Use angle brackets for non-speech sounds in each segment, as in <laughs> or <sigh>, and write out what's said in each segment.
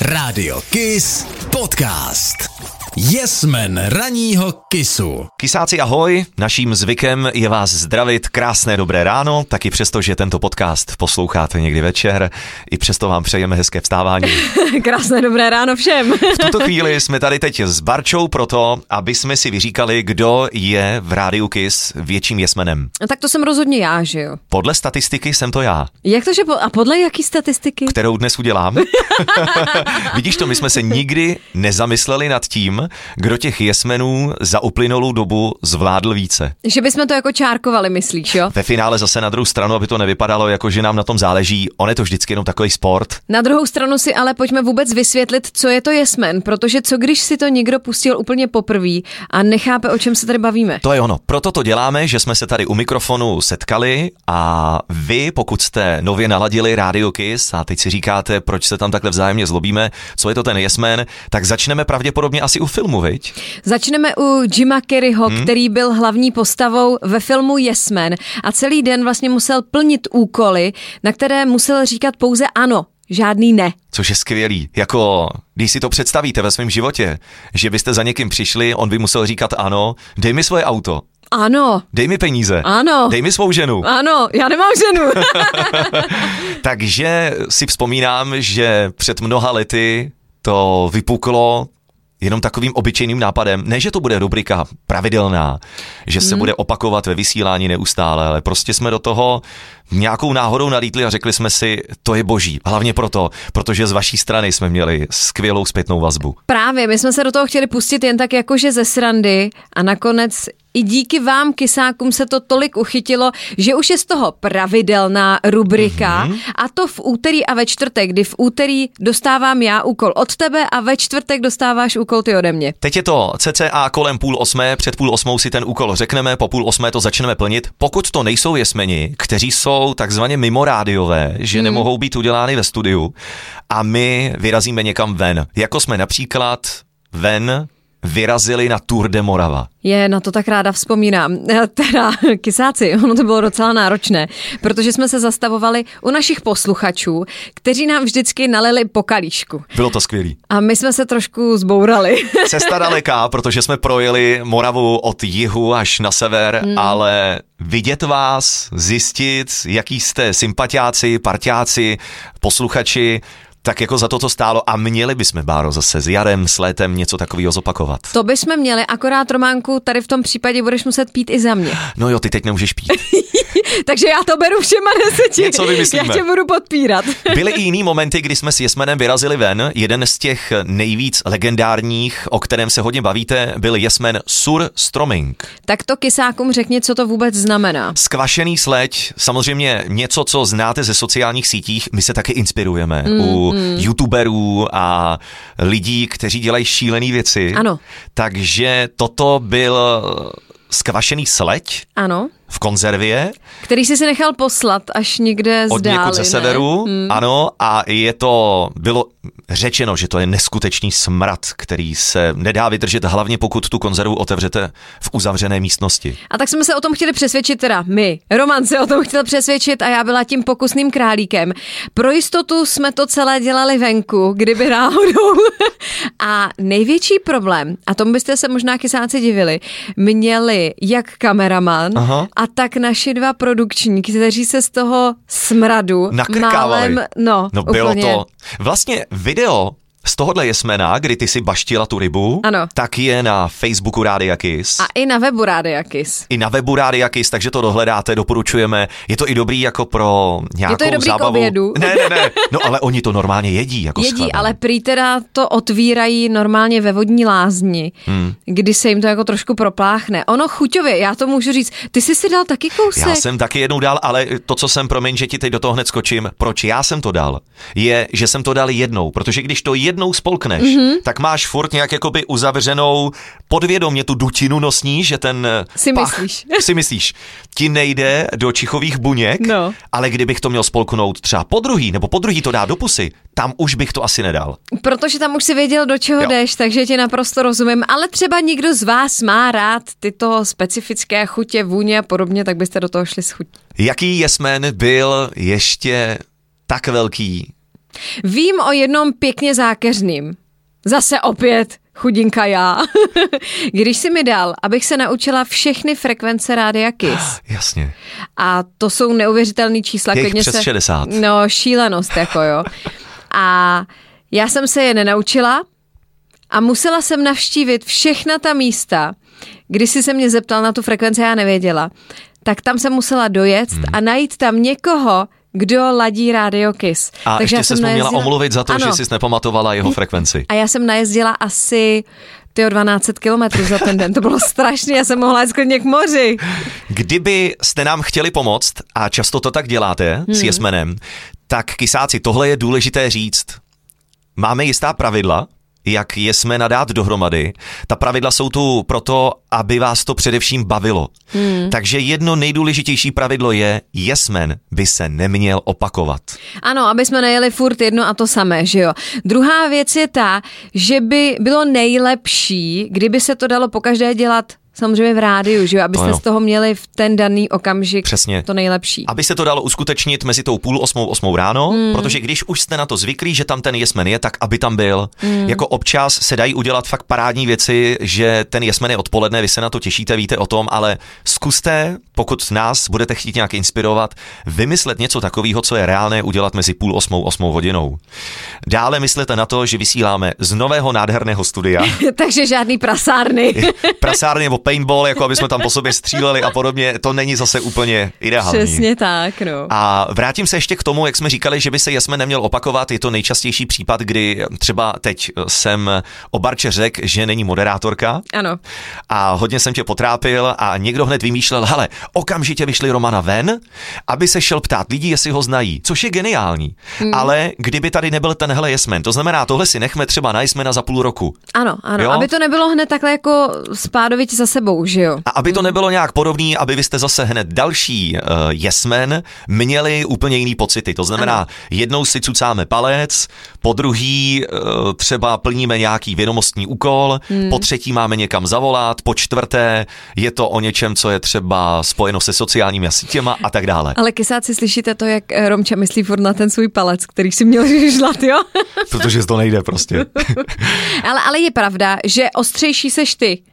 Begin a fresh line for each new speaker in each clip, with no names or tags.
Radio KIS Podcast. Jesmen raního kisu.
Kisáci ahoj, naším zvykem je vás zdravit krásné dobré ráno, taky přesto, že tento podcast posloucháte někdy večer, i přesto vám přejeme hezké vstávání.
<laughs> Krásné dobré ráno všem.
V tuto chvíli jsme tady teď s Barčou proto, aby jsme si vyříkali, kdo je v rádiu KIS větším jesmenem.
<laughs> tak to jsem rozhodně já, že jo.
Podle statistiky jsem to já,
Jak to, že po, a podle jaký statistiky?
kterou dnes udělám. <laughs> Vidíš to, my jsme se nikdy nezamysleli nad tím, kdo těch jesmenů za uplynulou dobu zvládl více.
Že bychom to jako čárkovali, myslíš, jo?
Ve finále zase na druhou stranu, aby to nevypadalo, jako že nám na tom záleží, on je to vždycky jenom takový sport.
Na druhou stranu si ale pojďme vůbec vysvětlit, co je to jesmen, protože co když si to někdo pustil úplně poprvé a nechápe, o čem se tady bavíme?
To je ono. Proto to děláme, že jsme se tady u mikrofonu setkali a vy, pokud jste nově naladili Radio Kiss a teď si říkáte, proč se tam takhle vzájemně zlobíme, co je to ten Yesman, tak začneme pravděpodobně asi u filmu, viď?
Začneme u Jima Kerryho, hmm? který byl hlavní postavou ve filmu Yes Man a celý den vlastně musel plnit úkoly, na které musel říkat pouze ano, žádný ne.
Což je skvělý. Jako, když si to představíte ve svém životě, že byste za někým přišli, on by musel říkat ano, dej mi svoje auto,
Ano,
dej mi peníze,
Ano.
dej mi svou ženu.
ano, já nemám <laughs> ženu.
Takže si vzpomínám, že před mnoha lety to vypuklo jenom takovým obyčejným nápadem. Ne, že to bude rubrika pravidelná, že se bude opakovat ve vysílání neustále, ale prostě jsme do toho nějakou náhodou nalítli a řekli jsme si, to je boží. Hlavně proto, protože z vaší strany jsme měli skvělou zpětnou vazbu.
Právě, my jsme se do toho chtěli pustit jen tak jakože ze srandy a nakonec i díky vám, kysákům, se to tolik uchytilo, že už je z toho pravidelná rubrika mm-hmm. a to v úterý a ve čtvrtek, kdy v úterý dostávám já úkol od tebe a ve čtvrtek dostáváš úkol ty ode mě.
Teď je to cca kolem půl osmé, před půl osmou si ten úkol řekneme, po půl osmé to začneme plnit. Pokud to nejsou jesmeni, kteří jsou takzvaně mimorádiové, že hmm. nemohou být udělány ve studiu a my vyrazíme někam ven, jako jsme například ven vyrazili na Tour de Morava.
Je, na to tak ráda vzpomínám. <laughs> Eh, Teda, kysáci, ono to bylo docela náročné, protože jsme se zastavovali u našich posluchačů, kteří nám vždycky nalili pokalíšku.
Bylo to skvělý.
A my jsme se trošku zbourali. <laughs>
Cesta daleká, protože jsme projeli Moravu od jihu až na sever, hmm. ale vidět vás, zjistit, jaký jste sympatiáci, partiáci, posluchači, tak jako za to to stálo a měli bychom, Báro, zase s jarem, s létem něco takového zopakovat.
To bychom měli, akorát Románku, tady v tom případě budeš muset pít i za mě.
No jo, ty teď nemůžeš pít.
Takže já to beru všema deseti.
Něco vymyslíme.
Já tě budu podpírat.
Byly i jiný momenty, kdy jsme s Jesmenem vyrazili ven. Jeden z těch nejvíc legendárních, o kterém se hodně bavíte, byl Jesmen Sur Stroming.
tak to kysákům řekni, co to vůbec znamená.
Skvašený sleď, samozřejmě něco, co znáte ze sociálních sítích, my se taky inspirujeme mm, u
Mm-hmm.
mm. youtuberů a lidí, kteří dělají šílené věci.
Ano.
Takže toto byl skvašený sleď
Ano.
v konzervě
Který jsi si nechal poslat až někde z
od
dály,
někud ze
ne?
severu, mm. ano, a je to, bylo řečeno, že to je neskutečný smrad, který se nedá vydržet, hlavně pokud tu konzervu otevřete v uzavřené místnosti.
A tak jsme se o tom chtěli přesvědčit, teda my. Roman se o tom chtěl přesvědčit a já byla tím pokusným králíkem. Pro jistotu jsme to celé dělali venku, kdyby náhodou. <laughs> A největší problém, a tomu byste se možná kysáci divili, měli jak kameraman
Aha.
a tak naši dva produkční, kteří se z toho smradu
Nakrkávali.
málem, no,
no bylo
úplně.
to. Vlastně video z tohohle jesmena, kdy ty si baštila tu rybu,
Ano.
tak je na Facebooku Rádia Kiss.
A i na webu Rádia Kiss.
i na webu Rádia Kiss, takže to dohledáte, doporučujeme. Je to i dobrý jako pro nějakou
dobrý k
zábavu.
obědu.
Ne, ne, ne. No ale oni to normálně jedí. Jako s
Jedí,
chlebem.
ale prý teda to otvírají normálně ve vodní lázni, hmm. kdy se jim to jako trošku propláchne. Ono chuťově, já to můžu říct, ty jsi si dal taky kousek.
Já jsem taky jednou dal, ale to, co jsem, promiň, že ti teď do toho hned skočím, proč já jsem to dal, je, že jsem to dal jednou, protože když to jednou spolkneš,
Mhm.
mm-hmm. tak máš furt nějak jakoby uzavřenou podvědomě tu dutinu nosní, že ten eh,
Si
pach,
myslíš.
<laughs> si myslíš, ti nejde do čichových buněk,
No.
ale kdybych to měl spolknout třeba po druhý, nebo po druhý to dá do pusy, tam už bych to asi nedal.
Protože tam už si věděl, do čeho
Jo.
jo. jdeš, takže ti naprosto rozumím. Ale třeba někdo z vás má rád tyto specifické chutě, vůně a podobně, tak byste do toho šli s chutí.
Jaký jesmen byl ještě tak velký,
Vím o jednom pěkně zákeřným. Zase opět chudinka já. <laughs> Když si mi dal, abych se naučila všechny frekvence rádia Kiss.
Jasně.
A to jsou neuvěřitelné čísla.
Je jich
klidně
přes
se,
60.
No, šílenost, jako jo. A já jsem se je nenaučila a musela jsem navštívit všechna ta místa, když si se mě zeptal na tu frekvenci, já nevěděla. Tak tam jsem musela dojet
Hmm.
a najít tam někoho, kdo ladí rádio KIS.
A
Takže já
ještě se
jsem
měla
najezdila-
omluvit za to,
ano, Hm.
že jsi nepamatovala jeho frekvenci.
a já jsem najezdila asi ty 1200 kilometrů za ten den. To bylo strašné, já jsem mohla jít klidně k moři.
Kdyby jste nám chtěli pomoct, a často to tak děláte
Hm.
s Jesmenem, tak kysáci, tohle je důležité říct. Máme jistá pravidla, jak Jesmena dát dohromady. Ta pravidla jsou tu proto, aby vás to především bavilo.
Hm.
Takže jedno nejdůležitější pravidlo je, Jesmen by se neměl opakovat.
Ano, aby jsme nejeli furt jedno a to samé, že jo. Druhá věc je ta, že by bylo nejlepší, kdyby se to dalo pokaždé dělat samozřejmě v rádiu, že jo, abyste
jo.
z toho měli v ten daný okamžik
Přesně.
to nejlepší.
Aby se to dalo uskutečnit mezi tou půl osmou osmou ráno, mm. protože když už jste na to zvyklí, že tam ten jesmen je, tak aby tam byl. Mm. Jako občas se dají udělat fakt parádní věci, že ten jesmen je odpoledne, vy se na to těšíte, víte o tom, ale zkuste, pokud nás budete chtít nějak inspirovat, vymyslet něco takového, co je reálné udělat mezi půl osmou osmou hodinou. Dále myslete na to, že vysíláme z nového nádherného studia.
<laughs> <laughs> Takže
<laughs>
žádný prasárny.
Prasárny nebo paintball, jako aby jsme tam po sobě stříleli a podobně, to není zase úplně ideální.
Přesně tak, no.
A vrátím se ještě k tomu, jak jsme říkali, že by se jasme neměl opakovat. Je to nejčastější případ, kdy třeba teď jsem o Barče řekl, že není moderátorka.
Ano.
A hodně jsem tě potrápil a někdo hned vymýšlel, hele, okamžitě vyšli Romana ven, aby se šel ptát lidí, jestli ho znají, což je geniální. Hmm. Ale kdyby tady nebyl tenhle jesmen, to znamená, tohle si nechme třeba na jesmena za půl roku.
Ano, ano.
Jo?
Aby to nebylo hned takhle jako spádovitě za sebou, že jo.
A aby to nebylo nějak podobný, aby vy jste zase hned další uh, jesmen měli úplně jiný pocity. To znamená, ano. jednou si cucáme palec, po druhý uh, třeba plníme nějaký vědomostní úkol, hmm. po třetí máme někam zavolat, po čtvrté je to o něčem, co je třeba spojeno se sociálními sítěma a tak <laughs> dále.
Ale kysáci, slyšíte to, jak eh, Romča myslí furt na ten svůj palec, který si měl <laughs> žlat, jo?
Protože to nejde <laughs> prostě.
ale, ale je pravda, že ostřejší seš ty. <laughs>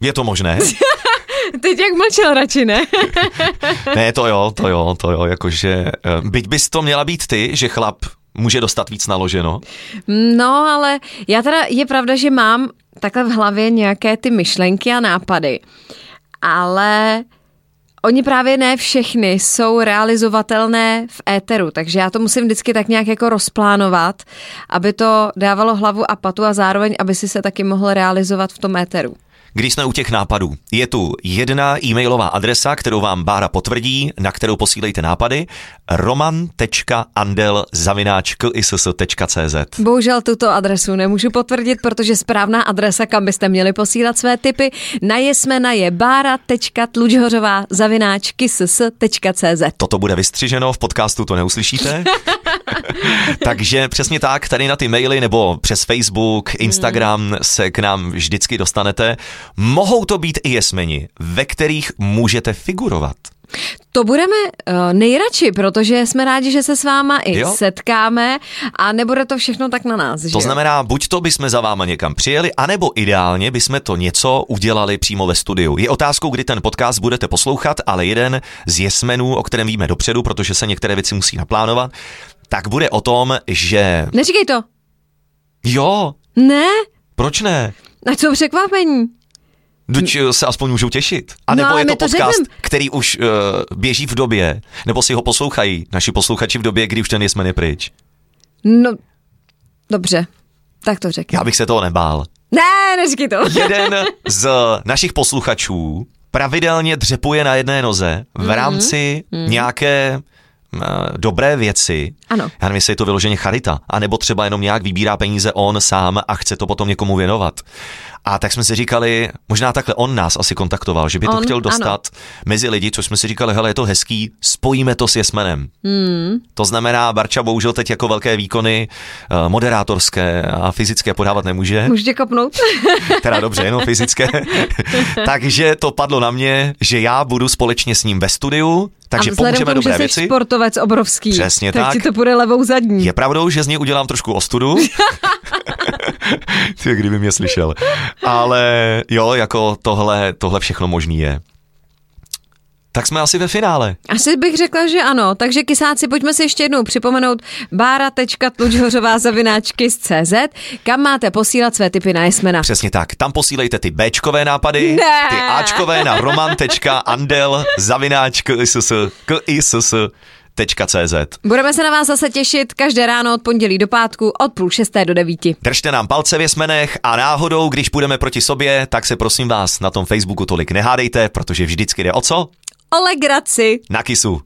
Je to možné?
Teď jak mlčel radši, ne?
Ne, to jo, to jo, to jo, jakože eh, byť bys to měla být ty, že chlap může dostat víc naloženo,
No, ale já teda, je pravda, že mám takhle v hlavě nějaké ty myšlenky a nápady, ale oni právě ne všechny jsou realizovatelné v éteru, takže já to musím vždycky tak nějak jako rozplánovat, aby to dávalo hlavu a patu a zároveň, aby si se taky mohl realizovat v tom éteru.
Když jsme u těch nápadů, je tu jedna e-mailová adresa, kterou vám Bára potvrdí, na kterou posílejte nápady roman.andel.cz
Bohužel tuto adresu nemůžu potvrdit, protože správná adresa, kam byste měli posílat své tipy, na jesmena je bára.tlučhořová zavináč kss.cz.
Toto bude vystřiženo, v podcastu to neuslyšíte. Takže přesně tak, tady na ty maily nebo přes Facebook, Instagram se k nám vždycky dostanete. Mohou to být i jesmeni, ve kterých můžete figurovat.
To budeme uh, nejradši, protože jsme rádi, že se s váma i
Jo.
jo. setkáme a nebude to všechno tak na nás. že
To
jo?
znamená, buď to bychom za váma někam přijeli, anebo ideálně bychom to něco udělali přímo ve studiu. Je otázkou, kdy ten podcast budete poslouchat, ale jeden z jesmenů, o kterém víme dopředu, protože se některé věci musí naplánovat, tak bude o tom, že
Neříkej to.
jo,
Ne,
proč ne?
na co překvapení.
Duť eh, se aspoň můžou těšit. A
No,
nebo
ale
je to
my to
podcast,
řekneme.
který už uh, běží v době, nebo si ho poslouchají naši posluchači v době, kdy už ten jesmen je pryč.
No, dobře, tak to řekni.
Já bych se toho nebál.
Ne, neříkej to.
jeden z našich posluchačů pravidelně dřepuje na jedné noze
Mhm.
v rámci nějaké eh, dobré věci.
Ano.
Já nevím, jestli je to vyloženě charita, anebo třeba jenom nějak vybírá peníze on sám a chce to potom někomu věnovat. A tak jsme si říkali, možná takhle on nás asi kontaktoval, že by to
On,
chtěl
ano.
dostat mezi lidi, což jsme si říkali, hele, je to hezký, spojíme to s Jesmenem.
Mhm. Hmm.
To znamená, Barča bohužel teď jako velké výkony eh, moderátorské a fyzické podávat nemůže
Můžu
<laughs>
tě kopnout?
teda dobře, jenom
<laughs>
fyzické. takže to padlo na mě, že já budu společně s ním ve studiu, takže
a vzhledem
pomůžeme
k tomu,
dobré
že jsi
věci.
sportovec obrovský,
Přesně
tak,
tak.
ti to půjde levou zadní.
Je pravdou, že z něj udělám trošku
<laughs>
ostudu. Ty, kdyby mě slyšel. Ale jo, jako tohle, tohle všechno možný je. Tak jsme asi ve finále.
Asi bych řekla, že ano. Takže kysáci, pojďme si ještě jednou připomenout bára.tlučhořová zavináčky z CZ, kam máte posílat své typy na jesmena.
Přesně tak. Tam posílejte ty Bčkové nápady,
Ne.
ty Ačkové na roman.andel zavináč kiss, kiss, tečka CZ.
Budeme se na vás zase těšit každé ráno od pondělí do pátku od půl šesté do devíti.
Držte nám palce v jesmenech a náhodou, když budeme proti sobě, tak se prosím vás na tom Facebooku tolik nehádejte, protože vždycky jde o co?
O legraci.
Na kisu.